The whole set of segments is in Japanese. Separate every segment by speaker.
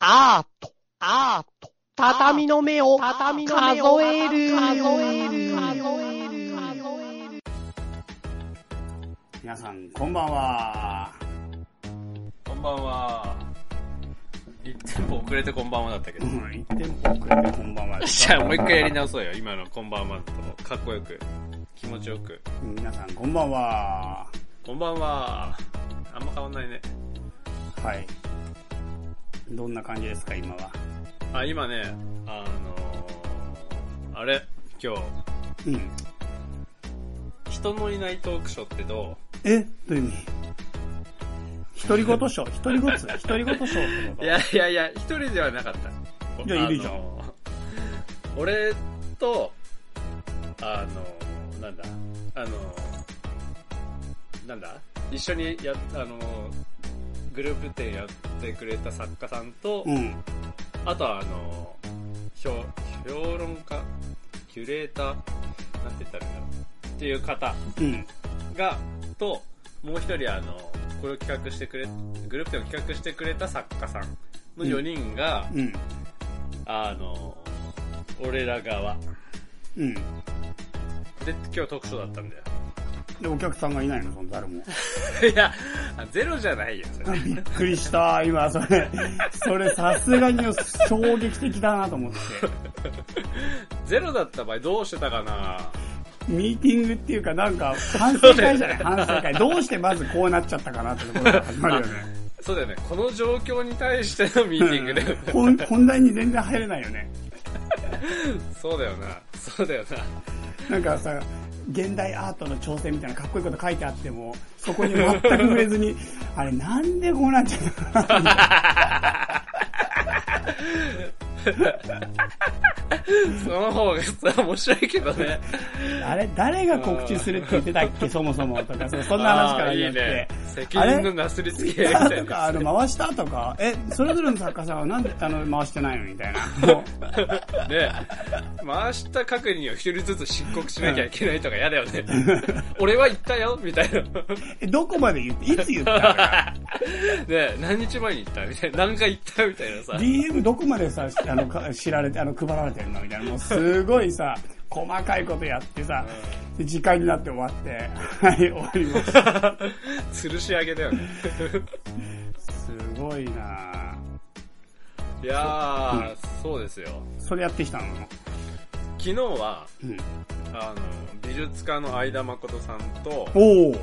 Speaker 1: アート、アート、畳の目を、畳の目を数える、
Speaker 2: 皆さん、こんばんは。
Speaker 3: こんばんは。一店舗遅れてこんばんはだったけ
Speaker 2: う
Speaker 3: ど。
Speaker 2: ん、一点も遅れてこんばんは。
Speaker 3: じゃあもう一回やり直そうよ。今のこんばんはと。かっこよく。気持ちよく。
Speaker 2: 皆さん、こんばんは。
Speaker 3: こんばんは。あんま変わんないね。
Speaker 2: はい。どんな感じですか、今は。
Speaker 3: あ、今ね、あのー、あれ、今日、
Speaker 2: うん。
Speaker 3: 人のいないトークショーってど
Speaker 2: えどういう意味独り言賞独り言 独り言賞ってこ
Speaker 3: う
Speaker 2: と
Speaker 3: いやいやいや、一人ではなかった。
Speaker 2: じゃあいるじゃん
Speaker 3: のー。俺と、あのー、なんだ、あのー、なんだ、一緒にや、あのー、グループ展やってくれた作家さんと、
Speaker 2: うん。
Speaker 3: あとはあの評評論家キュレーターなんて言ったらいいんだろうっていう方
Speaker 2: うん。
Speaker 3: がともう一人あのこれを企画してくれグループ展を企画してくれた作家さんの4人が、
Speaker 2: うん。
Speaker 3: あの俺ら側
Speaker 2: うん。
Speaker 3: で今日特賞だった んだよ
Speaker 2: で、お客さんがいないの、その誰 も。
Speaker 3: いやあゼロじゃないよそれ
Speaker 2: びっくりした、今、それ。それ、さすがに衝撃的だなと思って。
Speaker 3: ゼロだった場合どうしてたかな
Speaker 2: ミーティングっていうか、なんか、反省会じゃない反省会。どうしてまずこうなっちゃったかなってところが始まるよね。
Speaker 3: そうだよねこの状況に対してのミーティングだよね
Speaker 2: 本本題に全然入れないよね。
Speaker 3: そうだよなそうだよな
Speaker 2: なんかさ、現代アートの挑戦みたいなかっこいいこと書いてあっても、そこに全く触れず に、あれなんでこうなっちゃったのかな
Speaker 3: その方が普通は面白いけど ね。
Speaker 2: あれ、誰が告知するって言ってたっけ、そもそも。とか、そうそんな話から
Speaker 3: あー
Speaker 2: 言
Speaker 3: いい
Speaker 2: っ
Speaker 3: ね
Speaker 2: て。。
Speaker 3: 責任のなすりつけみた
Speaker 2: あ
Speaker 3: いな
Speaker 2: れ
Speaker 3: や
Speaker 2: と
Speaker 3: つ。
Speaker 2: か、あの、回したとか、え、それぞれの作家さんはなんで、あの、回してないのみたいな。もう
Speaker 3: ね回した確認を一人ずつ申告しなきゃいけないとか嫌だよね。俺は言ったよみたいな。
Speaker 2: え、どこまで言って、いつ言ったのか
Speaker 3: ね何日前に言ったみたいな。何回言ったみたいなさ。
Speaker 2: ?DM どこまでさ、あの、か知られて、あの、配られてんのみたいな。もう、すごいさ、細かいことやってさ、で時間になって終わって、はい、終わりました。
Speaker 3: 吊るし上げだよね。
Speaker 2: すごいなぁ
Speaker 3: いやー、そうですよ。
Speaker 2: それやってきたの
Speaker 3: 昨日は、
Speaker 2: うん。
Speaker 3: あの、美術家の相田誠さんと、
Speaker 2: おお。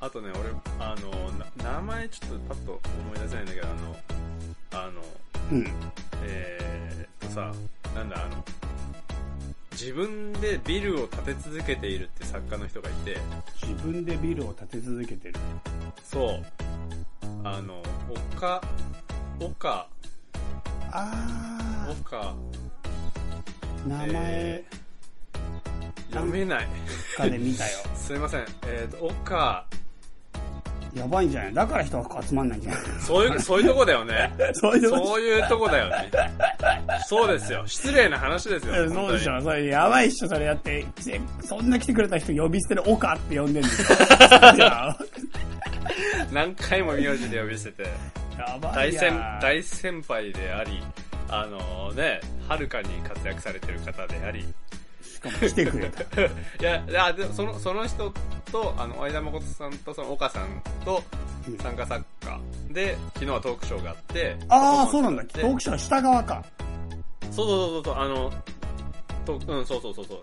Speaker 3: あとね、俺、あの、な名前ちょっとパッと思い出せないんだけど、あの、あの、
Speaker 2: うん。
Speaker 3: えーっとさ、なんだ、あの、自分でビルを建て続けているって作家の人がいて、
Speaker 2: 自分でビルを建て続けてる。
Speaker 3: そう、あの、岡、岡、
Speaker 2: あー。
Speaker 3: 岡、
Speaker 2: 名前
Speaker 3: えー読めない。
Speaker 2: かで見たよ。
Speaker 3: すいません。えーっと、岡、
Speaker 2: やばいんじゃないだから人が集まんないんじゃな
Speaker 3: そ ういう、そういうとこだよね。
Speaker 2: いそういうこと
Speaker 3: そういうとこだよね。そうですよ。失礼な話ですよ。
Speaker 2: えそうでしょそれやばいっしょそれだって、せそんな来てくれた人呼び捨てでオカって呼んでんですよ。 いや
Speaker 3: 本当に何回も名字で呼び捨てて。
Speaker 2: やば
Speaker 3: 大
Speaker 2: いや
Speaker 3: 先大先輩であり、あのね、はるかに活躍されてる方であり、
Speaker 2: 来てく れた。
Speaker 3: いや、いやでもそのその人と、あの、相田誠さんと、その岡さんと
Speaker 2: うん、
Speaker 3: 参加作家で、昨日はトークショーがあって、
Speaker 2: あー、そ
Speaker 3: ここ
Speaker 2: う
Speaker 3: も
Speaker 2: なんだ。ト
Speaker 3: で
Speaker 2: ークショーの下側か。
Speaker 3: そうそうそうそう、あの、とうん、そうそうそうそう、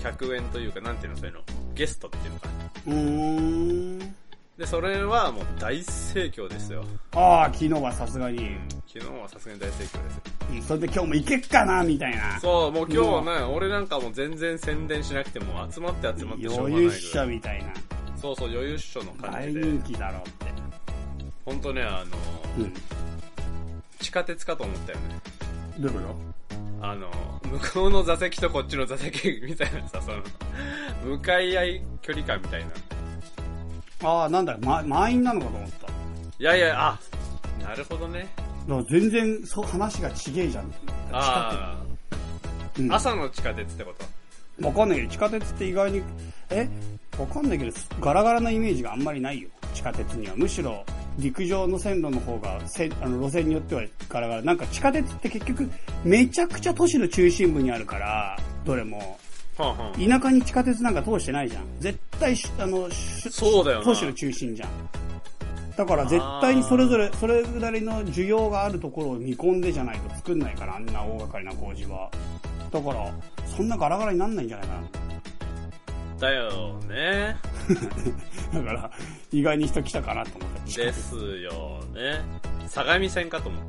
Speaker 3: 客演というか、なんていうの、そういうの、ゲストっていうのか。
Speaker 2: うーん。
Speaker 3: で、それはもう大盛況ですよ。
Speaker 2: あー、昨日はさすがに。
Speaker 3: 昨日はさすがに大盛況ですよ。
Speaker 2: うんそれで今日も行けっかな、みたいな。
Speaker 3: そう、もう今日はね、俺なんかもう全然宣伝しなくても、集まって集まってしょうがない
Speaker 2: 余
Speaker 3: ぐ
Speaker 2: 裕っ
Speaker 3: らい。
Speaker 2: しょ、みたいな。
Speaker 3: そうそう、余裕っしょの感
Speaker 2: 大
Speaker 3: じで。
Speaker 2: 人気だろうって。
Speaker 3: ほんとね、あの、
Speaker 2: うん。
Speaker 3: 地下鉄かと思ったよね。
Speaker 2: どういうこ
Speaker 3: あの、向こうの座席とこっちの座席みたいなさ、その、向かい合い距離感みたいな。い
Speaker 2: とあー、なんだ、ま、満員なのかと思った。
Speaker 3: やいや、あ、なるほどね。
Speaker 2: だから全然、そう、話がちげえじゃん。
Speaker 3: あ
Speaker 2: 近くうん
Speaker 3: あ、朝の地下鉄ってこと
Speaker 2: わかんないけど、地下鉄って意外に、えわかんないけど、ガラガラなイメージがあんまりないよ。地下鉄には。むしろ、陸上の線路の方がせあの路線によってはガラガラなんか地下鉄って結局めちゃくちゃ都市の中心部にあるからどれも
Speaker 3: はんはん。
Speaker 2: 田舎に地下鉄なんか通してないじゃん絶対しあのし
Speaker 3: そうだよな
Speaker 2: 都市の中心じゃんだから絶対にそれぞれそれぐらいの需要があるところを見込んでじゃないと作んないからあんな大掛かりな工事はだからそんなガラガラになんないんじゃないかな
Speaker 3: だよね。
Speaker 2: だから、意外に人来たかなと思った。
Speaker 3: ですよね。相模線かと思っ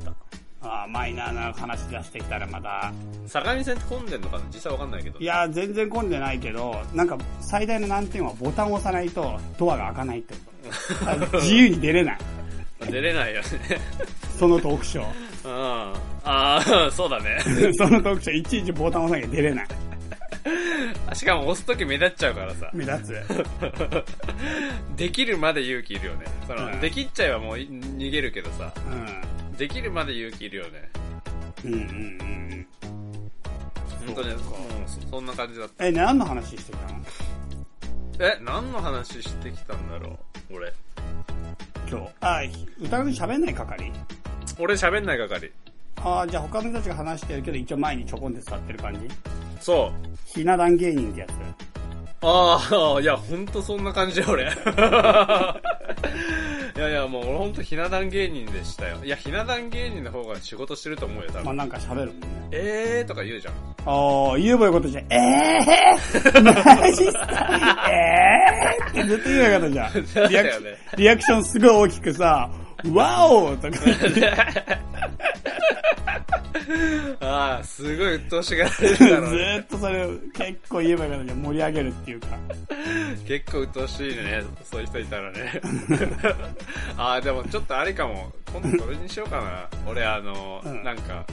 Speaker 3: た。
Speaker 2: ああ、マイナーな話出してきたらまた。
Speaker 3: 相模線って混んでんのかな実際わかんないけど。
Speaker 2: い、や、全然混んでないけど、なんか最大の難点はボタンを押さないとドアが開かないってこと。あ 自由に出れない。
Speaker 3: 出れないよね。
Speaker 2: そのトーク ショ
Speaker 3: うん。ああ、そうだ ね。
Speaker 2: ー。そのトークショー、いちいちボタン押さなきゃ出れない。
Speaker 3: しかも押すとき目立っちゃうから さ。
Speaker 2: 目立つ。
Speaker 3: できるまで勇気いるよね。その、
Speaker 2: うん
Speaker 3: できっちゃえばもうい逃げるけどさ。
Speaker 2: う
Speaker 3: できるまで勇気いるよね。
Speaker 2: ん。うんうんうんうん。
Speaker 3: 本当に、うんそそんな感じだった。
Speaker 2: え、何の話してたの
Speaker 3: え、何の話してきたんだろう俺。
Speaker 2: 今日。ああ、歌うの喋んない係
Speaker 3: 俺喋んない係。
Speaker 2: ああ、じゃあ他の人たちが話してるけど、一応前にちょこんで座ってる感じ
Speaker 3: そう。
Speaker 2: ひな壇芸人ってやつ。
Speaker 3: ああ、いや、ほんとそんな感じだよ、 俺。いやいや、もう俺ほんとひな壇芸人でしたよ。いや、ひな壇芸人の方が仕事してると思うよ、多
Speaker 2: まあ
Speaker 3: 分。
Speaker 2: なんか喋るもんね。
Speaker 3: えーとか言うじゃん。
Speaker 2: ああ、言えばよかったじゃん。え ぇ、ー、マジっすかえぇ、ー、ってずっと言えばよかったじゃん。リアクション、
Speaker 3: そうだよね
Speaker 2: リアクションすごい大きくさ、ワオとか言って、
Speaker 3: ああ、すごい鬱陶しがられる
Speaker 2: ず
Speaker 3: だろうね。
Speaker 2: ーっとそれを結構言えばよかったじゃん。盛り上げるっていうか。
Speaker 3: 結構鬱陶しいね、そういう人いたら ね。ああ、でもちょっとあれかも。今度それにしようかな。俺、あの、
Speaker 2: うん
Speaker 3: なんか、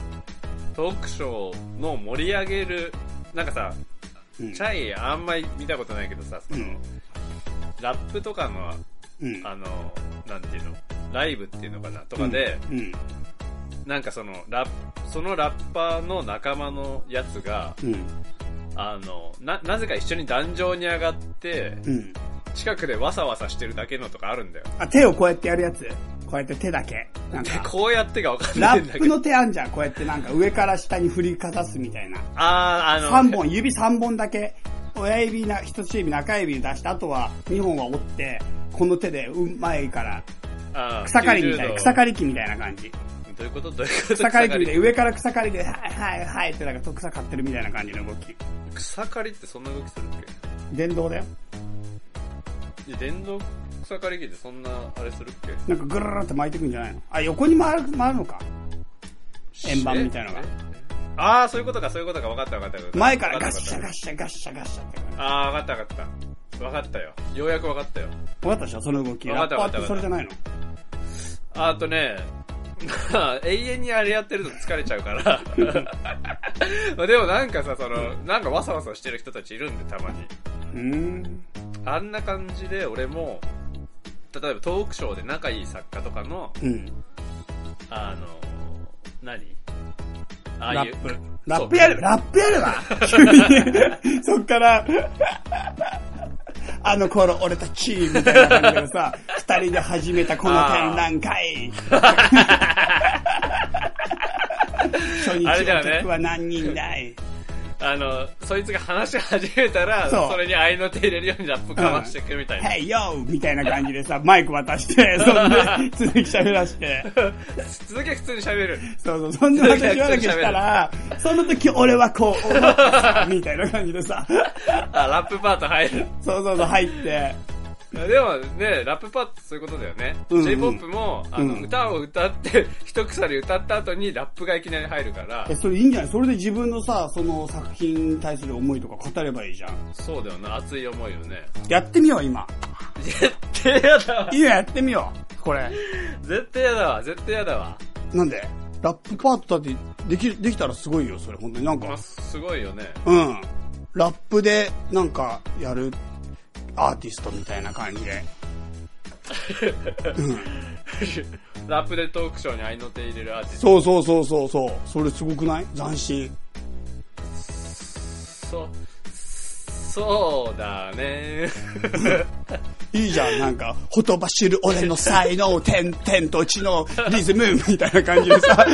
Speaker 3: トークショーの盛り上げる、なんかさ、
Speaker 2: うん
Speaker 3: チ。ャイあんまり見たことないけどさ、その、
Speaker 2: うん
Speaker 3: ラップとかの、
Speaker 2: うん。
Speaker 3: あの、なんていうの、ライブっていうのかな、とかで、
Speaker 2: うん、
Speaker 3: なんかその、ラップそのラッパーの仲間のやつが、
Speaker 2: うん、
Speaker 3: あの、な、なぜか一緒に壇上に上がって、
Speaker 2: うん。
Speaker 3: 近くでわさわさしてるだけのとかあるんだよ。
Speaker 2: あ、手をこうやってやるやつ。こうやって手だけ。なん
Speaker 3: で
Speaker 2: か、
Speaker 3: こうやってがわかんな
Speaker 2: ラ
Speaker 3: いんだ
Speaker 2: ップ
Speaker 3: けど。
Speaker 2: の手あんじゃん。こうやってなんか上から下に振りかざすみたいな。
Speaker 3: あー、あの、
Speaker 2: 3本、指3本だけ、親指な、人差し指、中指出して、あとは2本は折って、この手で、うん、前から、
Speaker 3: あー
Speaker 2: 草刈りみたい
Speaker 3: 90
Speaker 2: な、
Speaker 3: 度
Speaker 2: 草刈り機みたいな感じ。
Speaker 3: どういうことどういうこと
Speaker 2: 草刈り機みたい
Speaker 3: 草
Speaker 2: な、上から草刈りで、はいはいはいってなんか草刈ってるみたいな感じの動き。
Speaker 3: 刈り草刈りってそんな動きするっ
Speaker 2: 電動だよ。
Speaker 3: けいや、電動草刈り機ってそんな、あれするっけ
Speaker 2: なんかぐるるるって巻いてくんじゃないのあ、横に回る、回るのか。円盤みたいなのが
Speaker 3: え。ああ、そういうことか、そういうことか、分かった分かった分かった。
Speaker 2: 前から
Speaker 3: 分
Speaker 2: ガッ
Speaker 3: った
Speaker 2: シャ
Speaker 3: 分か
Speaker 2: ガ
Speaker 3: っ
Speaker 2: ッシャガッシャガッシャって感じ。
Speaker 3: たああ、分かった分かった。分かったよ。ようやく分かったよ。
Speaker 2: わかったでしょその動き。
Speaker 3: わかったわかった
Speaker 2: ラッパーてそれじゃないの
Speaker 3: あとね、 まあ、永遠にあれやってると疲れちゃうから。 まあでもなんかさ、その、なんかわさわさしてる人たちいるんで、たまに。
Speaker 2: うーん。
Speaker 3: あんな感じで、俺も、例えばトークショーで仲いい作家とかの、
Speaker 2: うん。
Speaker 3: あの、何ああ
Speaker 2: ラ
Speaker 3: いう
Speaker 2: ッ、プ。ラップやれば、ラップやれ ば急に、そっから、あの頃俺たち、みたいな感じでさ、二人で始めたこの展覧会。初日
Speaker 3: あれだよ
Speaker 2: の
Speaker 3: ね
Speaker 2: 客は何人だい、
Speaker 3: あの、そいつが話し始めたら、
Speaker 2: そう
Speaker 3: それに合いの手入れるようにラップかましていくみたいな。
Speaker 2: ?Hey yo! みたいな感じでさ、マイク渡して、そんで、続き喋らして。
Speaker 3: 続け普通に喋る。
Speaker 2: そうそう、そんな話わなきゃしたら、その時俺はこう思ったさ、みたいな感じでさ、
Speaker 3: あ、ラップパート入る。
Speaker 2: そうそうそう、入って、
Speaker 3: でもね、ラップパートそういうことだよね。
Speaker 2: うんうん
Speaker 3: J-POP も、あの、
Speaker 2: うん
Speaker 3: 歌を歌って、 一鎖歌った後にラップがいきなり入るから
Speaker 2: え、、それいいんじゃないそれで自分のさ、その作品に対する思いとか語ればいいじゃん。
Speaker 3: そうだよな、熱い思いよね。
Speaker 2: やってみよう、今。
Speaker 3: 絶対やだわ。
Speaker 2: 今やってみよう、これ。
Speaker 3: 絶対やだわ、絶対やだわ。
Speaker 2: なんでラップパートだって、でき、できたらすごいよ、それ、本当になん
Speaker 3: ま
Speaker 2: か
Speaker 3: あ、。すご いよね。
Speaker 2: うん。ラップで、なんか、やる、アーティストみたいな感じで。
Speaker 3: ラップでトークショーに合いの手入れるアーティスト。
Speaker 2: そうそうそうそうそう。それすごくない斬新。
Speaker 3: そう、そうだね。
Speaker 2: いいじゃん、なんか、ほとばしる俺の才能、点々と地のリズム、みたいな感じで さ、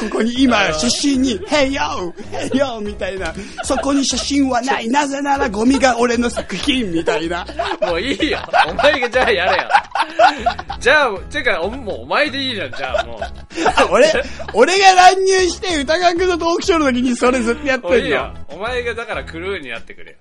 Speaker 2: ここに今、写真に、へいよへいよみたいな、そこに写真はない、なぜならゴミが俺の作品、みたい な。
Speaker 3: もういいよ。お前がじゃあやれよ。じゃあ、てか、おもうお前でいいじゃん、じゃあもう。
Speaker 2: あ俺、俺が乱入して、歌川くんのトークショーの時にそれずっとやって
Speaker 3: もうんいいよ
Speaker 2: の。。
Speaker 3: お前がだからクルーになってくれよ。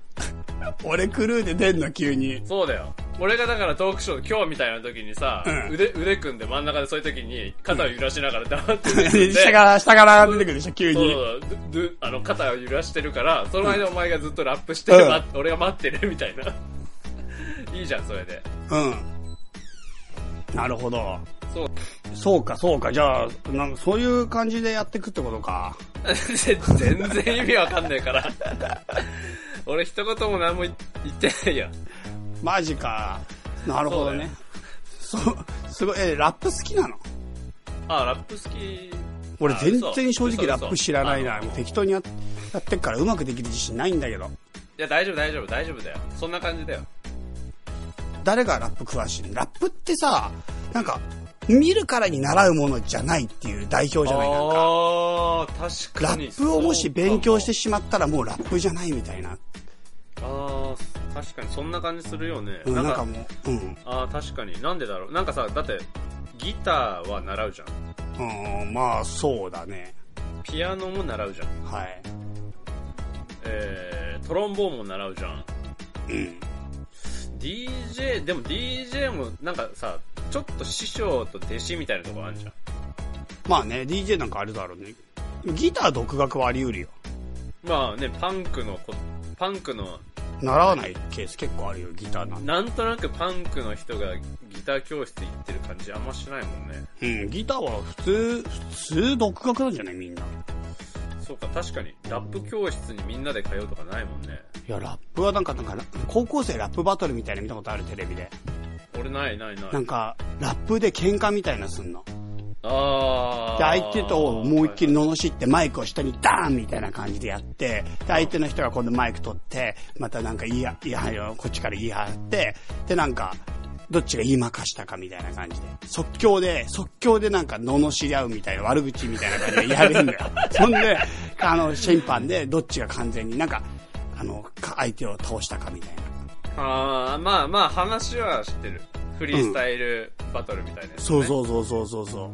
Speaker 2: 俺クルーで出んの、急に。
Speaker 3: そうだよ。俺がだからトークショー、今日みたいな時にさ、
Speaker 2: うん
Speaker 3: 腕、腕組んで真ん中でそういう時に、肩を揺らしながら 黙って出てきて
Speaker 2: 下から、下から出てくるでしょ、急
Speaker 3: そう
Speaker 2: に。
Speaker 3: そうドゥあの肩を揺らしてるからその間お前がずっとラップして、
Speaker 2: うん
Speaker 3: ま俺が待ってるみたいな いいじゃんそれで
Speaker 2: うん。なるほど。
Speaker 3: そう
Speaker 2: そうか、そうか。じゃあ、なんかそういう感じでやってくってことか。
Speaker 3: 全然意味わかんないから 俺一言も何も言ってないよ
Speaker 2: マジか。なるほどね。そう、すごい、え、ラップ好きなの
Speaker 3: あラップ好き
Speaker 2: 俺
Speaker 3: あ
Speaker 2: 全
Speaker 3: 嘘
Speaker 2: 然正直
Speaker 3: 嘘
Speaker 2: ラ
Speaker 3: 嘘
Speaker 2: ップ知らない
Speaker 3: あ
Speaker 2: な。
Speaker 3: の
Speaker 2: もう適当にやっやってっからうまくできる自信ないんだけど。
Speaker 3: いや大丈夫大丈夫大丈夫だよそんな感じだよ
Speaker 2: 誰がラップ詳しいのラップってさ、なんか、見るからに習うものじゃないっていう代表じゃないなんか。
Speaker 3: ああー確
Speaker 2: ラ
Speaker 3: かに
Speaker 2: ップをもし勉強して
Speaker 3: し
Speaker 2: しまったらもうラップじゃないみたいな。
Speaker 3: ああ確かにそんな感じするよね、
Speaker 2: うん、
Speaker 3: なん
Speaker 2: なん
Speaker 3: か
Speaker 2: かもう、うん。
Speaker 3: ああ確かになんでだろうなんかさだってギターは習うじゃん
Speaker 2: うん、まあそうだね。
Speaker 3: ピアノも習うじゃん
Speaker 2: はい。
Speaker 3: えートロンボーンも習うじゃん
Speaker 2: うん。
Speaker 3: DJ でも DJ もなんかさちょっと師匠と弟子みたいなとこあるじゃん
Speaker 2: まあね、DJ なんかあるだろうね。ギター独学はあり得るよ。
Speaker 3: まあねパンクのこパンクの
Speaker 2: 習わないケース結構あるよ、ギターなんて。
Speaker 3: なんとなくパンクの人がギター教室行ってる感じあんましないもんね
Speaker 2: うん、ギターは普通、普通独学なんじゃないみんな。い
Speaker 3: そうか確かにラップ教室にみんなで通うとかないもんね
Speaker 2: や、ラップはなんか、なんか、高校生ラップバトルみたいなの見たことあるテレビで。
Speaker 3: 俺ないないない
Speaker 2: なんか、ラップで喧嘩みたいなすんの。
Speaker 3: ああ
Speaker 2: で、相手と思いっきり罵ってマイクを下にダーンみたいな感じでやって、で、相手の人が今度マイク取って、またなんか言いや、いや、こっちから言い張って、で、なんか、どっちが言いまかしたかみたいな感じで、即興で、即興でなんか罵り合うみたいな悪口みたいな感じでやるんだよ。そんで、あの、審判でどっちが完全になんか、あの、か相手を倒したかみたいな。
Speaker 3: ああまあまあ話は知ってるフリースタイルバトルみたいなやつね、
Speaker 2: そうそうそうそうそうそう。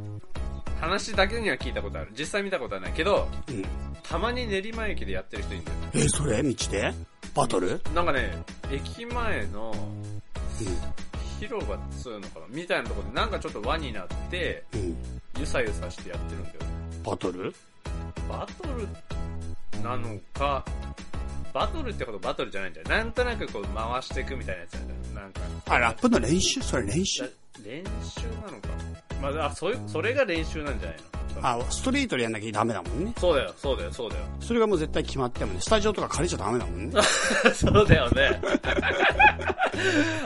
Speaker 3: 話だけには聞いたことある実際見たことはないけど
Speaker 2: うん。
Speaker 3: たまに練馬駅でやってる人いるんだよ
Speaker 2: え、それ道でバトル
Speaker 3: なんかね駅前の広場っつうのかなみたいなところでなんかちょっと輪になって
Speaker 2: うん。うん。
Speaker 3: ゆさゆさしてやってるんだよ
Speaker 2: バトル
Speaker 3: バトルなのかバトルってことバトルじゃないんだよなんとなくこう回していくみたいなやつなんだよなんか
Speaker 2: あ、ラップの練習それ練習
Speaker 3: 練習なのかまああそういうそれが練習なんじゃないの
Speaker 2: あ、ストリートでやんなきゃダメだもんね。
Speaker 3: そうだよそうだよそうだよ
Speaker 2: それがもう絶対決まってもんね。スタジオとか借りちゃダメだもん ね。
Speaker 3: そうだよね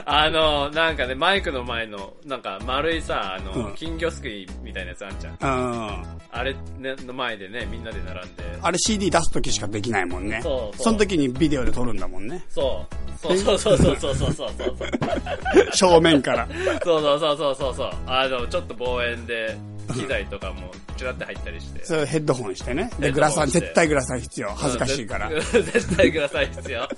Speaker 3: あのなんかねマイクの前のなんか丸いさあの、
Speaker 2: うん
Speaker 3: 金魚すくいみたいなやつあんじゃん
Speaker 2: うん。
Speaker 3: あれ、ね、の前でねみんなで並んで
Speaker 2: あれ CD 出すときしかできないもんね。
Speaker 3: そうそう。
Speaker 2: の時にビデオで撮るんだもんね
Speaker 3: そうそうそうそうそうそうそうそうそうそう
Speaker 2: 正面から。
Speaker 3: そうそうそうそうそうあのちょっと望遠で機材とかもちらって入ったりして
Speaker 2: そうヘッドホンしてね。
Speaker 3: ヘ
Speaker 2: で、
Speaker 3: ッドホン
Speaker 2: グラサン、
Speaker 3: して
Speaker 2: 絶対グラサン必要。 恥ずかしいから
Speaker 3: うん。絶 絶対くださいですよ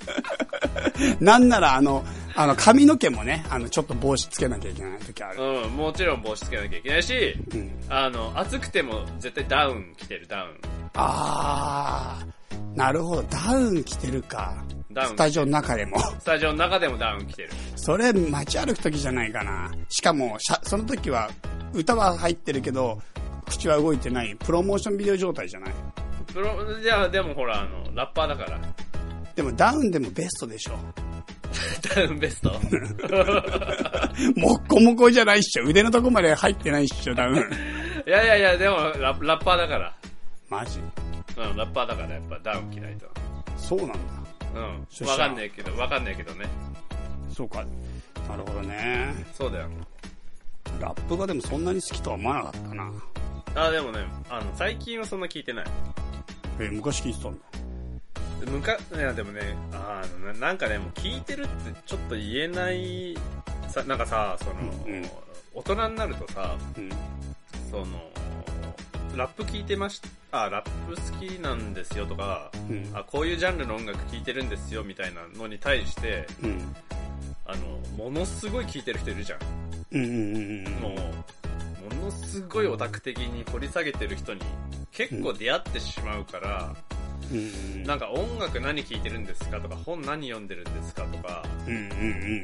Speaker 2: なんならあの、あの、髪の毛もね、あの、ちょっと帽子つけなきゃいけない時ある。
Speaker 3: うんもちろん帽子つけなきゃいけないし、
Speaker 2: うん
Speaker 3: あの暑くても絶対ダウン着てるダウン
Speaker 2: あー、なるほど。ダウン着てるか。
Speaker 3: ダウン
Speaker 2: スタジオの中でも。
Speaker 3: スタジオの中でもダウン着てる
Speaker 2: それ街歩く時じゃないかなしかもしゃその時は歌は入ってるけど口は動いてないプロモーションビデオ状態じゃない
Speaker 3: プロじゃあでもほらあのラッパーだから
Speaker 2: でもダウンでもベストでしょ
Speaker 3: ダウン ベスト
Speaker 2: もっこもこじゃないっしょ腕のとこまで入ってないっしょダウン
Speaker 3: いやいやいやでもララッパーだから
Speaker 2: マジ
Speaker 3: うんラッパーだからやっぱダウン着ないと
Speaker 2: そうなんだ
Speaker 3: う
Speaker 2: そし
Speaker 3: ん
Speaker 2: た
Speaker 3: わ
Speaker 2: ら
Speaker 3: かんないけどわかんないけどね
Speaker 2: そうかなるほどね
Speaker 3: そうだよ
Speaker 2: ラップがでもそんなに好きとは思わなかったな
Speaker 3: あでもねあの最近はそんな聞いてない
Speaker 2: え昔聞いてたんだ
Speaker 3: むかいやでもねあのななんかねもう聞いてるってちょっと言えないさ、なんかさ、その、
Speaker 2: うんうん
Speaker 3: 大人になるとさ、
Speaker 2: うん。
Speaker 3: その、ラップ聞いてましあ、ラップ好きなんですよとか、
Speaker 2: うん。
Speaker 3: あ、こういうジャンルの音楽聞いてるんですよみたいなのに対して、
Speaker 2: うん。
Speaker 3: あの、ものすごい聞いてる人いるじゃん。
Speaker 2: うん。うん。うん。
Speaker 3: もう、ものすごいオタク的に掘り下げてる人に結構出会ってしまうから、
Speaker 2: うん。
Speaker 3: なんか音楽何聴いてるんですかとか、本何読んでるんですかとか、
Speaker 2: うん。うん。うん。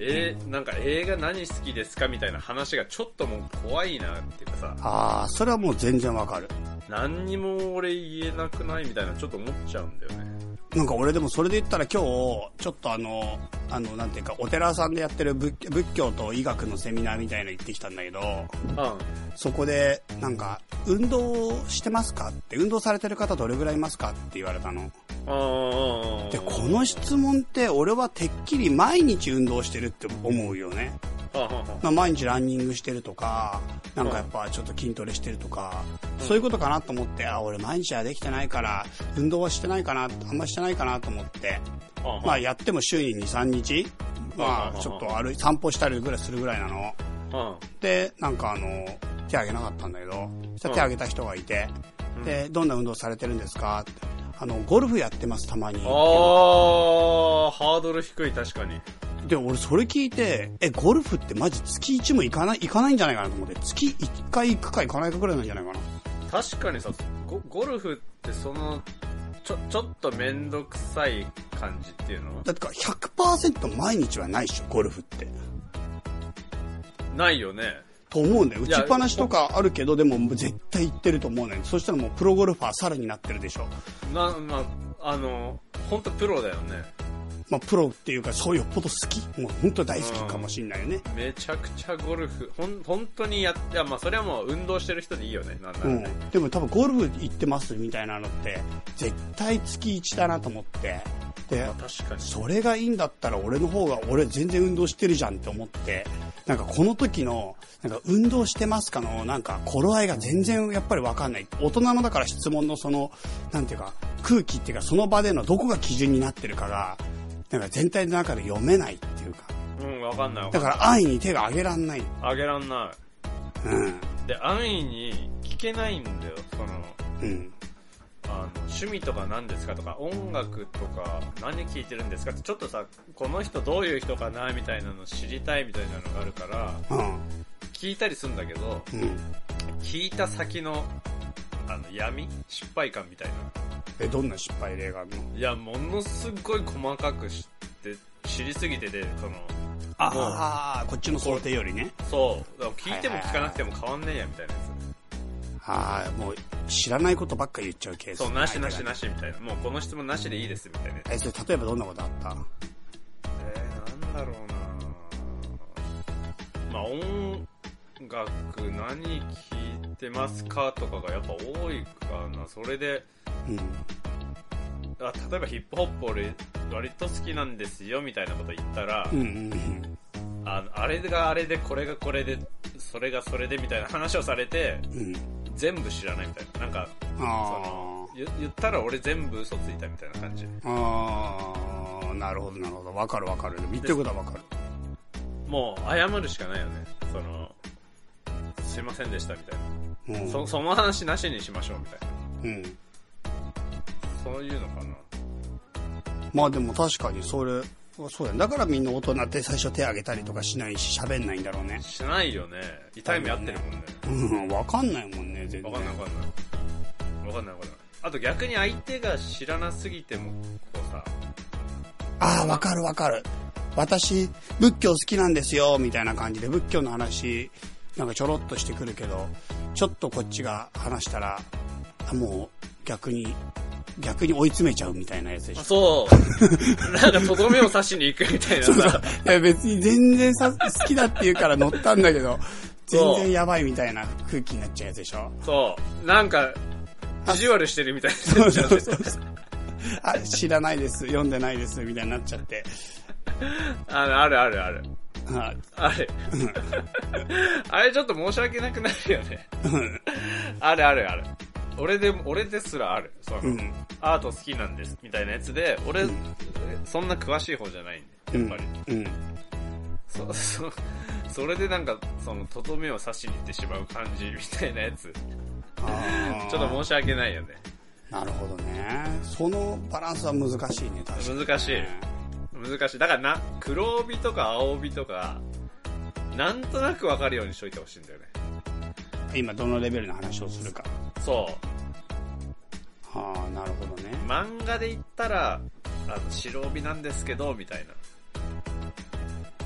Speaker 3: えーなんか映画何好きですかみたいな話がちょっともう怖いなっていうかさ、
Speaker 2: ああ、それはもう全然わかる。
Speaker 3: 何にも俺言えなくないみたいなちょっと思っちゃうんだよね。
Speaker 2: なんか俺でもそれで言ったら今日、ちょっとあの、あの、なんていうか、お寺さんでやってる仏仏教と医学のセミナーみたいなの行ってきたんだけど、
Speaker 3: う
Speaker 2: そこで、なんか、運動してますかって、運動されてる方どれぐらいいますかって言われたの。
Speaker 3: ん。ああ。
Speaker 2: で、この質問って俺はてっきり毎日運動してるって思うよね。
Speaker 3: あああ
Speaker 2: まあ、毎日ランニングしてるとか、なんかやっぱちょっと筋トレしてるとか、そういうことかなと思って、あ、俺毎日はできてないから、運動はしてないかな、あんましてないかなと思って、
Speaker 3: あああ
Speaker 2: まあやっても週に2、3日、
Speaker 3: うんうん
Speaker 2: ま
Speaker 3: うんう
Speaker 2: あ
Speaker 3: ん
Speaker 2: ちょっと歩い、散歩したりぐらいするぐらいなの。
Speaker 3: あ
Speaker 2: で、なんかあの、手挙げなかったんだけど、そしたら手挙げた人がいて、
Speaker 3: うん
Speaker 2: で、どんな運動されてるんですかって。あの、ゴルフやってます、たまに。
Speaker 3: あー、ハードル低い確かに。
Speaker 2: で、俺それ聞いて、え、ゴルフってマジ月1も行かない、行かないんじゃないかなと思って、月1回行くか行かないかぐらいなんじゃないかな。
Speaker 3: 確かにさ、ゴゴルフってその、ちょ、ちょっとめんどくさい感じっていうの
Speaker 2: だってか、100%毎日はないっしょ、ゴルフって。
Speaker 3: ないよね。
Speaker 2: と思うんだよ。打
Speaker 3: いや
Speaker 2: ちっぱなしとかあるけど、でも絶対行ってると思うのよ。そしたらもうプロゴルファーさらになってるでしょ。
Speaker 3: な、まあ、あの、ほんとプロだよね。
Speaker 2: まあ、プロっていうか、そうよっぽど好き。もう本当大好きかもしんないよね。
Speaker 3: めちゃくちゃゴルフ、ほん、本当にやって、あまあ、それはもう運動してる人でいいよね、なんなら
Speaker 2: う
Speaker 3: ね
Speaker 2: ん。でも多分ゴルフ行ってますみたいなのって、絶対月1だなと思って。で
Speaker 3: まあ、、確かに。
Speaker 2: それがいいんだったら俺の方が俺全然運動してるじゃんって思って、なんかこの時の、なんか運動してますかの、なんか頃合いが全然やっぱりわかんない。大人のだから質問のその、なんていうか、空気っていうかその場でのどこが基準になってるかが、なんか全体の中で読めないっていうか。
Speaker 3: うん、わかんないわか
Speaker 2: だ
Speaker 3: んない。
Speaker 2: から安易に手が挙げらんない。
Speaker 3: あげらんな
Speaker 2: うん。
Speaker 3: い。で、安易に聞けないんだよ、その、
Speaker 2: うん。
Speaker 3: あの趣味とか何ですかとか音楽とか何聴いてるんですかってちょっとさこの人どういう人かなみたいなの知りたいみたいなのがあるから
Speaker 2: うん。
Speaker 3: 聞いたりするんだけど
Speaker 2: うん。
Speaker 3: 聞いた先のあの闇失敗感みたいな
Speaker 2: え、どんな失敗例があるの
Speaker 3: いやものすごい細かく知って知りすぎててその
Speaker 2: ああ、こっちの想定よりね。
Speaker 3: そうだから聞いても聞かなくても変わんねえやみたいなや
Speaker 2: ああ、もう知らないことばっかり言っちゃうケー
Speaker 3: つ
Speaker 2: ス。
Speaker 3: そうなしな
Speaker 2: 相
Speaker 3: し
Speaker 2: 手が
Speaker 3: なしみたいなもうこの質問なしでいいですみたいな
Speaker 2: え、それ例えばどんなことあった
Speaker 3: えー、なんだろうなまあ音楽何聴いてますかとかがやっぱ多いかなそれで
Speaker 2: うん。
Speaker 3: あ例えばヒップホップ俺割と好きなんですよみたいなこと言ったら、
Speaker 2: うんうん
Speaker 3: ああれがあれでこれがこれでそれがそれでみたいな話をされて
Speaker 2: うん。うん。
Speaker 3: 全部知らないみたいななんかそ
Speaker 2: あ
Speaker 3: の言言ったら俺全部嘘ついたみたいな感じ
Speaker 2: あ。ああ、なるほどなるほど。わかるわかる。でも言ってることはわかる。
Speaker 3: もう謝るしかないよねそのすいませんでしたみたいな
Speaker 2: うん。
Speaker 3: そその話なしにしましょうみたいな
Speaker 2: うん。
Speaker 3: そういうのかな
Speaker 2: まあでも確かにそれ、そうだよ。だからみんな大人って最初手挙げたりとかしないし、喋んないんだろうね。
Speaker 3: しないよね痛い目合ってるもんね
Speaker 2: うん、わかんないもんね、全然。
Speaker 3: わかんないわかんないわかんないわかんないあと逆に相手が知らなすぎてもこうさ
Speaker 2: ああ、わかるわかる。私、仏教好きなんですよ、みたいな感じで、仏教の話、なんかちょろっとしてくるけど、ちょっとこっちが話したら、あもう逆に、逆に追い詰めちゃうみたいなやつ でしょ。
Speaker 3: そう なんかとどめを刺しに行くみたいなさ
Speaker 2: いや別に全然さ好きだって言うから乗ったんだけど、
Speaker 3: そう
Speaker 2: 全然やばいみたいな空気になっちゃうやつでしょ。
Speaker 3: そうなんか意地悪してるみたい
Speaker 2: そう
Speaker 3: な
Speaker 2: そうそうそう。 あ、知らないです、読んでないです、みたいになっちゃって。
Speaker 3: あるあるあるある
Speaker 2: あ
Speaker 3: あれ あれちょっと申し訳なくなるよねあるあるある俺でも俺ですらあるその、
Speaker 2: うん。
Speaker 3: アート好きなんですみたいなやつで俺、そんな詳しい方じゃないんでやっぱり、
Speaker 2: うん。
Speaker 3: そ、そ、それでなんか、その、とどめを刺しに行ってしまう感じみたいなやつ。
Speaker 2: あー
Speaker 3: ちょっと申し訳ないよね。
Speaker 2: なるほどね。そのバランスは難しいね、確かに。
Speaker 3: 難しい難しい。だからな、黒帯とか青帯とか、なんとなくわかるようにしといてほしいんだよね。
Speaker 2: 今どのレベルの話をするか。
Speaker 3: そう。
Speaker 2: はあ、なるほどね。
Speaker 3: 漫画で言ったら、あの、白帯なんですけど、みたいな。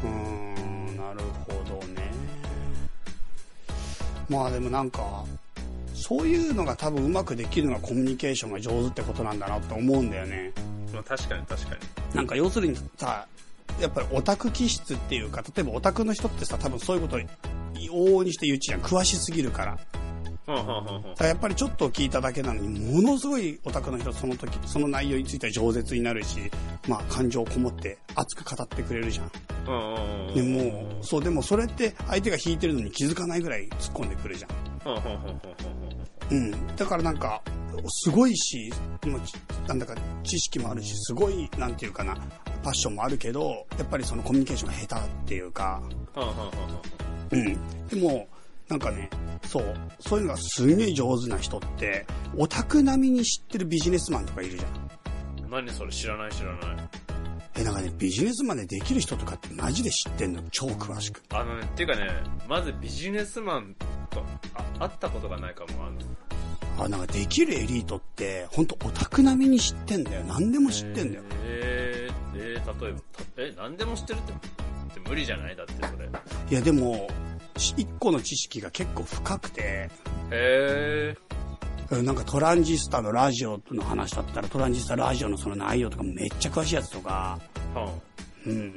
Speaker 2: うーん、なるほどね。まあでもなんか、そういうのが多分うまくできるのがコミュニケーションが上手ってことなんだなって思うんだよね。
Speaker 3: まあ確かに確かに。
Speaker 2: なんか要するにさ、やっぱりオタク気質っていうか、例えばオタクの人ってさ、多分そういうこと往々にして言うちゃん詳しすぎるから。だか
Speaker 3: ほんほんほんほん。
Speaker 2: らやっぱりちょっと聞いただけなのに、ものすごいオタクの人その時、その内容については饒舌になるし、まあ感情こもって熱く語ってくれるじゃん。
Speaker 3: うんうんうん。
Speaker 2: でも、そう、でもそれって相手が引いてるのに気づかないぐらい突っ込んでくるじゃん。
Speaker 3: ほんほんほんほんほんほん。
Speaker 2: うん。だからなんか、すごいし、もうちなんだか知識もあるし、すごい、なんていうかな、パッションもあるけど、やっぱりそのコミュニケーションが下手っていうか、
Speaker 3: ほんほんほんほん。
Speaker 2: うん。でも、なんかね、そう、そういうのがすんげえ上手な人って、オタク並みに知ってるビジネスマンとかいるじゃん。
Speaker 3: 何それ知らない知らない。
Speaker 2: え、なんかね、ビジネスマンでできる人とかってマジで知ってんの超詳しく。
Speaker 3: あのね、っていうかね、まずビジネスマンとあ会ったことがないかも、あの、
Speaker 2: あ、なんかできるエリートって、ほんとオタク並みに知ってんだよ。何でも知ってんだよ。
Speaker 3: えー、えー、例えば、たえ、何でも知ってるって、って無理じゃないだってそれ。
Speaker 2: いや、でも、し一個の知識が結構深くて、
Speaker 3: え
Speaker 2: うんなんかトランジスタのラジオの話だったら、トランジスタラジオのその内容とかもめっちゃ詳しいやつとか、
Speaker 3: ー、はん。
Speaker 2: うん。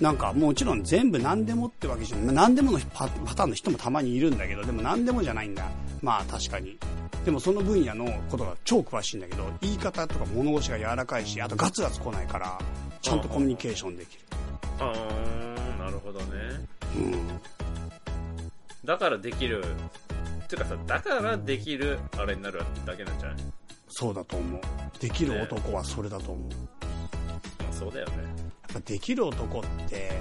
Speaker 2: なんかもちろん全部何でもってわけじゃない。何でものパパターンの人もたまにいるんだけど、でも何でもじゃないんだ。まあ確かに。でもその分野のことが超詳しいんだけど、言い方とか物腰が柔らかいし、あとガツガツ来ないから、ちゃんとコミュニケーションできる。
Speaker 3: あー、なるほどね。
Speaker 2: うん。
Speaker 3: だからできる、っていうかさ、だからできる、あれになるだけなんじゃない
Speaker 2: そうだと思う。できる男はそれだと思う。
Speaker 3: まあそうだよね。
Speaker 2: やっぱできる男って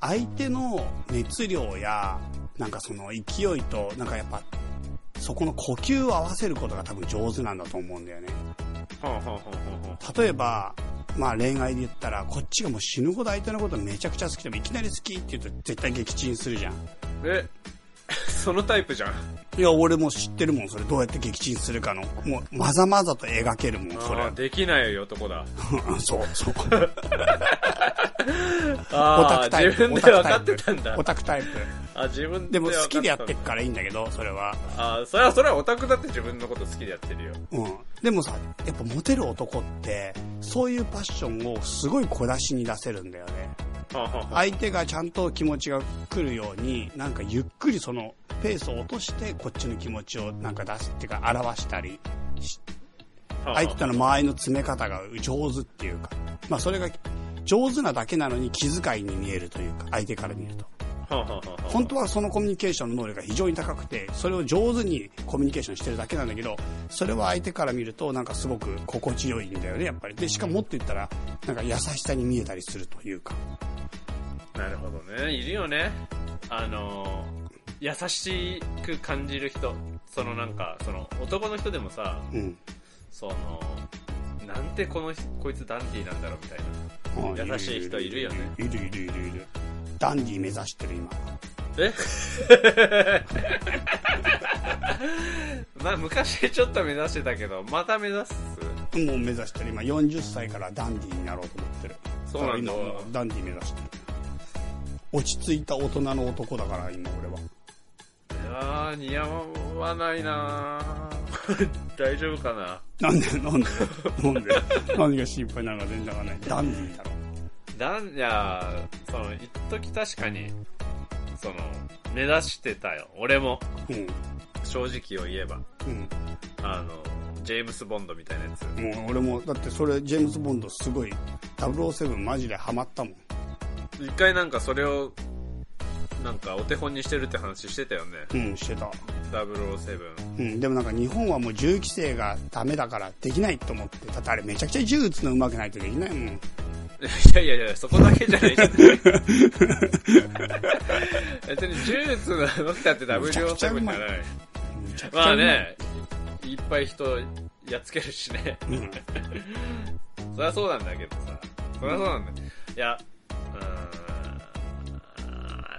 Speaker 2: 相手の熱量やなんかその勢いとなんかやっぱそこの呼吸を合わせることが多分上手なんだと思うんだよね
Speaker 3: はんはんはんはんはん。
Speaker 2: 例えばまあ恋愛で言ったらこっちがもう死ぬほど相手のことめちゃくちゃ好きでもいきなり好きって言うと絶対撃沈するじゃん
Speaker 3: え、そのタイプじゃん。
Speaker 2: いや俺も知ってるもんそれどうやって撃沈するかのもうまざまざと描けるもんそ
Speaker 3: それ
Speaker 2: れ
Speaker 3: はできない男だ。
Speaker 2: そうそう オ
Speaker 3: あ
Speaker 2: タク
Speaker 3: あ、
Speaker 2: タイ
Speaker 3: 自
Speaker 2: プ
Speaker 3: 分で分かってたんだ
Speaker 2: オ。タクタイプ
Speaker 3: あ、自分
Speaker 2: でも
Speaker 3: 分か
Speaker 2: 好きでやって
Speaker 3: た
Speaker 2: っ
Speaker 3: んだ
Speaker 2: からいいんだけどそれは
Speaker 3: あーそれはそれはオタクだって自分のこと好きでやってるよ
Speaker 2: うん、でもさやっぱモテる男ってそういうパッションをすごい小出しに出せるんだよね
Speaker 3: は
Speaker 2: 相手がちゃんと気持ちが来るようになんかゆっくりそのペースを落としてこっちの気持ちをなんか出すっていうか表したりし相手との間合いの詰め方が上手っていうか、まあ、それが上手なだけなのに気遣いに見えるというか相手から見ると本当はそのコミュニケーションの能力が非常に高くてそれを上手にコミュニケーションしてるだけなんだけどそれは相手から見るとなんかすごく心地よいんだよねやっぱりでしかももっと言ったらなんか優しさに見えたりするというか
Speaker 3: なるほどねいるよねあのー優しく感じる人そのなんかその男の人でもさ
Speaker 2: うん
Speaker 3: そのなんてこの人こいつダンディーなんだろうみたいな
Speaker 2: うん
Speaker 3: 優しい人いるよね
Speaker 2: いるいるいるいるダンディ目指してる今
Speaker 3: え まあ昔ちょっと目指してたけどまた目指す
Speaker 2: もう目指してる今40歳からダンディになろうと思ってる
Speaker 3: そうなんだ
Speaker 2: から今もうダンディ目指してる落ち着いた大人の男だから今俺はい
Speaker 3: やー似合わないなー 大丈夫かな
Speaker 2: なんでなんでなんで何が心配なのか全然わかんないダンディだろ
Speaker 3: なんいやー、その、一時確かに、その、目指してたよ。俺も、
Speaker 2: うん
Speaker 3: 正直を言えば。
Speaker 2: うん
Speaker 3: あの、ジェームス・ボンドみたいなやつ。
Speaker 2: もう俺もだってそれジェームズ・ボンドすごい007マジでハマったもん
Speaker 3: 一回なんかそれを、なんかお手本にしてるって話してたよね。
Speaker 2: うんしてた、
Speaker 3: 007。
Speaker 2: うん、でもなんか日本はもう銃規制がダメだからできないと思ってだってあれめちゃくちゃ銃撃つのうまくないとできないもん
Speaker 3: いやいやいや、そこだけじゃないじゃん。別に呪術の動きだって W を最後にならない。
Speaker 2: むちゃくちゃ
Speaker 3: まあ
Speaker 2: うまい
Speaker 3: ね、いっぱい人やっつけるしね。
Speaker 2: うん
Speaker 3: そりゃそうなんだけどさ。そりゃそうなんだ。いや、う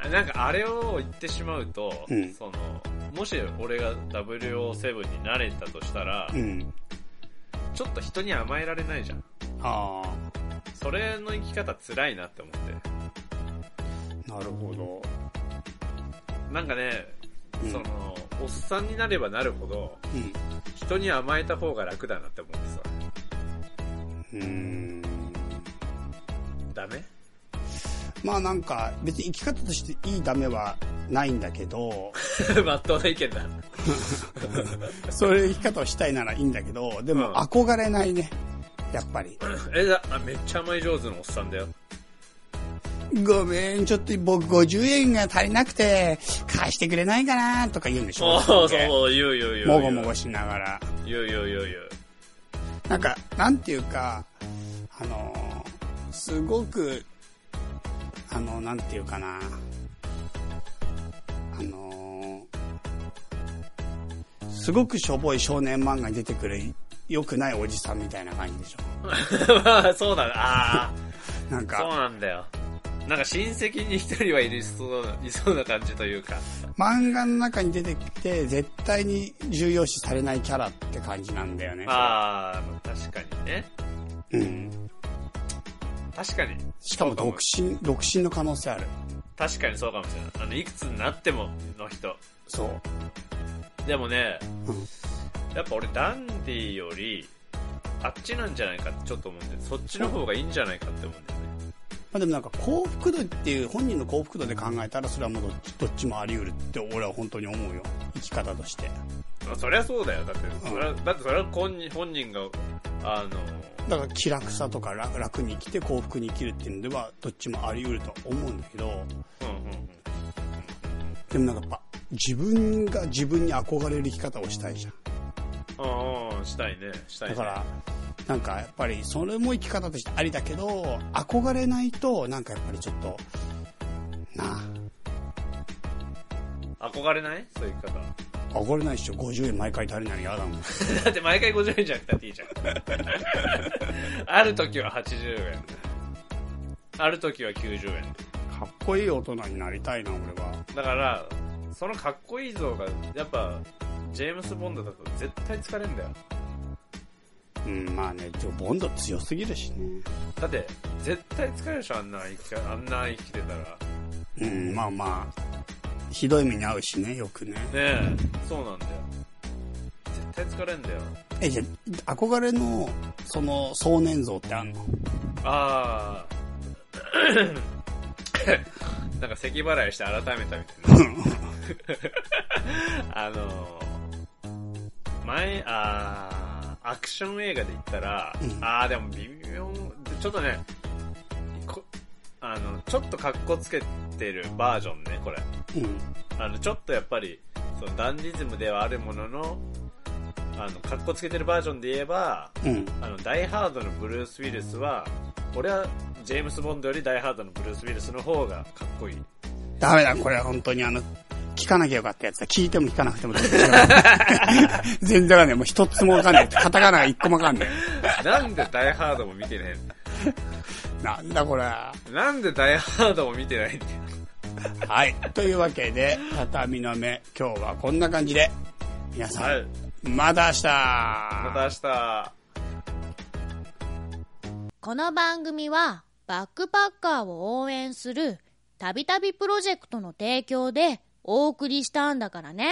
Speaker 3: ーん。なんかあれを言ってしまうと、
Speaker 2: うん
Speaker 3: その、もし俺が WO7 になれたとしたら、
Speaker 2: うん
Speaker 3: ちょっと人に甘えられないじゃん。
Speaker 2: あ
Speaker 3: それの生き方辛いなって思って。
Speaker 2: あなるほど
Speaker 3: なんかね、
Speaker 2: うん
Speaker 3: その、おっさんになればなるほど、
Speaker 2: うん
Speaker 3: 人に甘えた方が楽だなって思ってさ。
Speaker 2: うーん
Speaker 3: ダメ
Speaker 2: まあなんか別に生き方としていいダメはないんだけ ど
Speaker 3: まっとうな意見だ。
Speaker 2: そういう生き方をしたいならいいんだけどで
Speaker 3: うん
Speaker 2: も憧れないねやっぱり
Speaker 3: え、だあめっちゃ甘い上手のおっさんだよ。
Speaker 2: ごめんちょっと僕50円が足りなくて貸してくれないかなとか言うんでしょ
Speaker 3: そうそう
Speaker 2: すげえ
Speaker 3: そう、言う言う言う。
Speaker 2: もごもごしながら
Speaker 3: 言う言う言う言う。
Speaker 2: なんか、なんていうか、あのーすごく、あの、なんていうかな、あのーすごくしょぼい少年漫画に出てくる良くないおじさんみたいな感じでしょ。
Speaker 3: まあ、そうなんだ。あ
Speaker 2: なん
Speaker 3: あ、そう
Speaker 2: か、
Speaker 3: なんだよ。なんか親戚に一人はいるそうな、いそうな感じというか。
Speaker 2: 漫画の中に出てきて、絶対に重要視されないキャラって感じなんだよね。
Speaker 3: ああ、確かにね。
Speaker 2: うん。
Speaker 3: 確かに。
Speaker 2: しかも、独身、独身の可能性ある。
Speaker 3: 確かにそうかもしれない。あの、いくつになってもの人。
Speaker 2: そう。
Speaker 3: でもね
Speaker 2: うん、
Speaker 3: やっぱ俺ダンディより、あっちなんじゃないかってちょっと思うんだよ。そっちの方がいいんじゃないかって思うんだよね。
Speaker 2: まあ、でもなんか幸福度っていう本人の幸福度で考えたらそれはもうどっちどっちもあり得るって俺は本当に思うよ生き方として
Speaker 3: まあそりゃそうだよ。だって、それは、だってそれは本人本人が、あの、
Speaker 2: だから気楽さとか楽楽に生きて幸福に生きるっていうのではどっちもあり得るとは思うんだけど
Speaker 3: うんうんうん。
Speaker 2: でもなんかやっぱ自分が自分に憧れる生き方をしたいじゃん
Speaker 3: ああ、したいね。したい
Speaker 2: だ
Speaker 3: ね。
Speaker 2: からなんかやっぱりそれも生き方としてありだけど憧れないとなんかやっぱりちょっとな
Speaker 3: 憧れないそういう方。
Speaker 2: あ憧れないでしょ50円毎回足りないの嫌だもん
Speaker 3: だって毎回50円じゃなくたっていいじゃん。 ある時は80円。ある時は90円。
Speaker 2: かっこいい大人になりたいな俺は
Speaker 3: だから、そのかっこいい像が、やっぱ、ジェームス・ボンドだと絶対疲れんだよ。
Speaker 2: うんまあねでもボンド強すぎるしね
Speaker 3: だって、絶対疲れるでしょ、あんな生きて、あんな生きてたら。ね
Speaker 2: うん、まあまあ、ひどい目に遭うしね、よくね。
Speaker 3: え、そうなんだよ。絶対疲れんだよ。
Speaker 2: え、じゃあ憧れの、その、壮年像ってあんの
Speaker 3: ああ。なんか咳払いして改めたみたいな。あのー、前、あーアクション映画で言ったら、
Speaker 2: うん
Speaker 3: ああ、でも微妙、ちょっとね、こあの、ちょっと格好つけてるバージョンね、これ。
Speaker 2: うん。
Speaker 3: あの、ちょっとやっぱり、そのダンディズムではあるものの、あの、格好つけてるバージョンで言えば、
Speaker 2: うん。
Speaker 3: あの、ダイハードのブルース・ウィルスは、俺はジェームス・ボンドよりダイハードのブルース・ウィルスの方がかっこいい。
Speaker 2: ダメだ、これは本当にあの、聞かなきゃよかったやつだ。聞いても聞かなくても全 然違う。全然わかんない。もう一つもわかんない。カタカナが一個もわかんない。
Speaker 3: なんでダイハードも見てね
Speaker 2: なんだこれは。
Speaker 3: えんだなんでダイハードも見てないんだよ。
Speaker 2: はい。というわけで、畳の目、今日はこんな感じで。皆さん、
Speaker 3: はい。
Speaker 2: また明日
Speaker 3: また明日。
Speaker 4: この番組はバックパッカーを応援するたびたびプロジェクトの提供でお送りしたんだからね。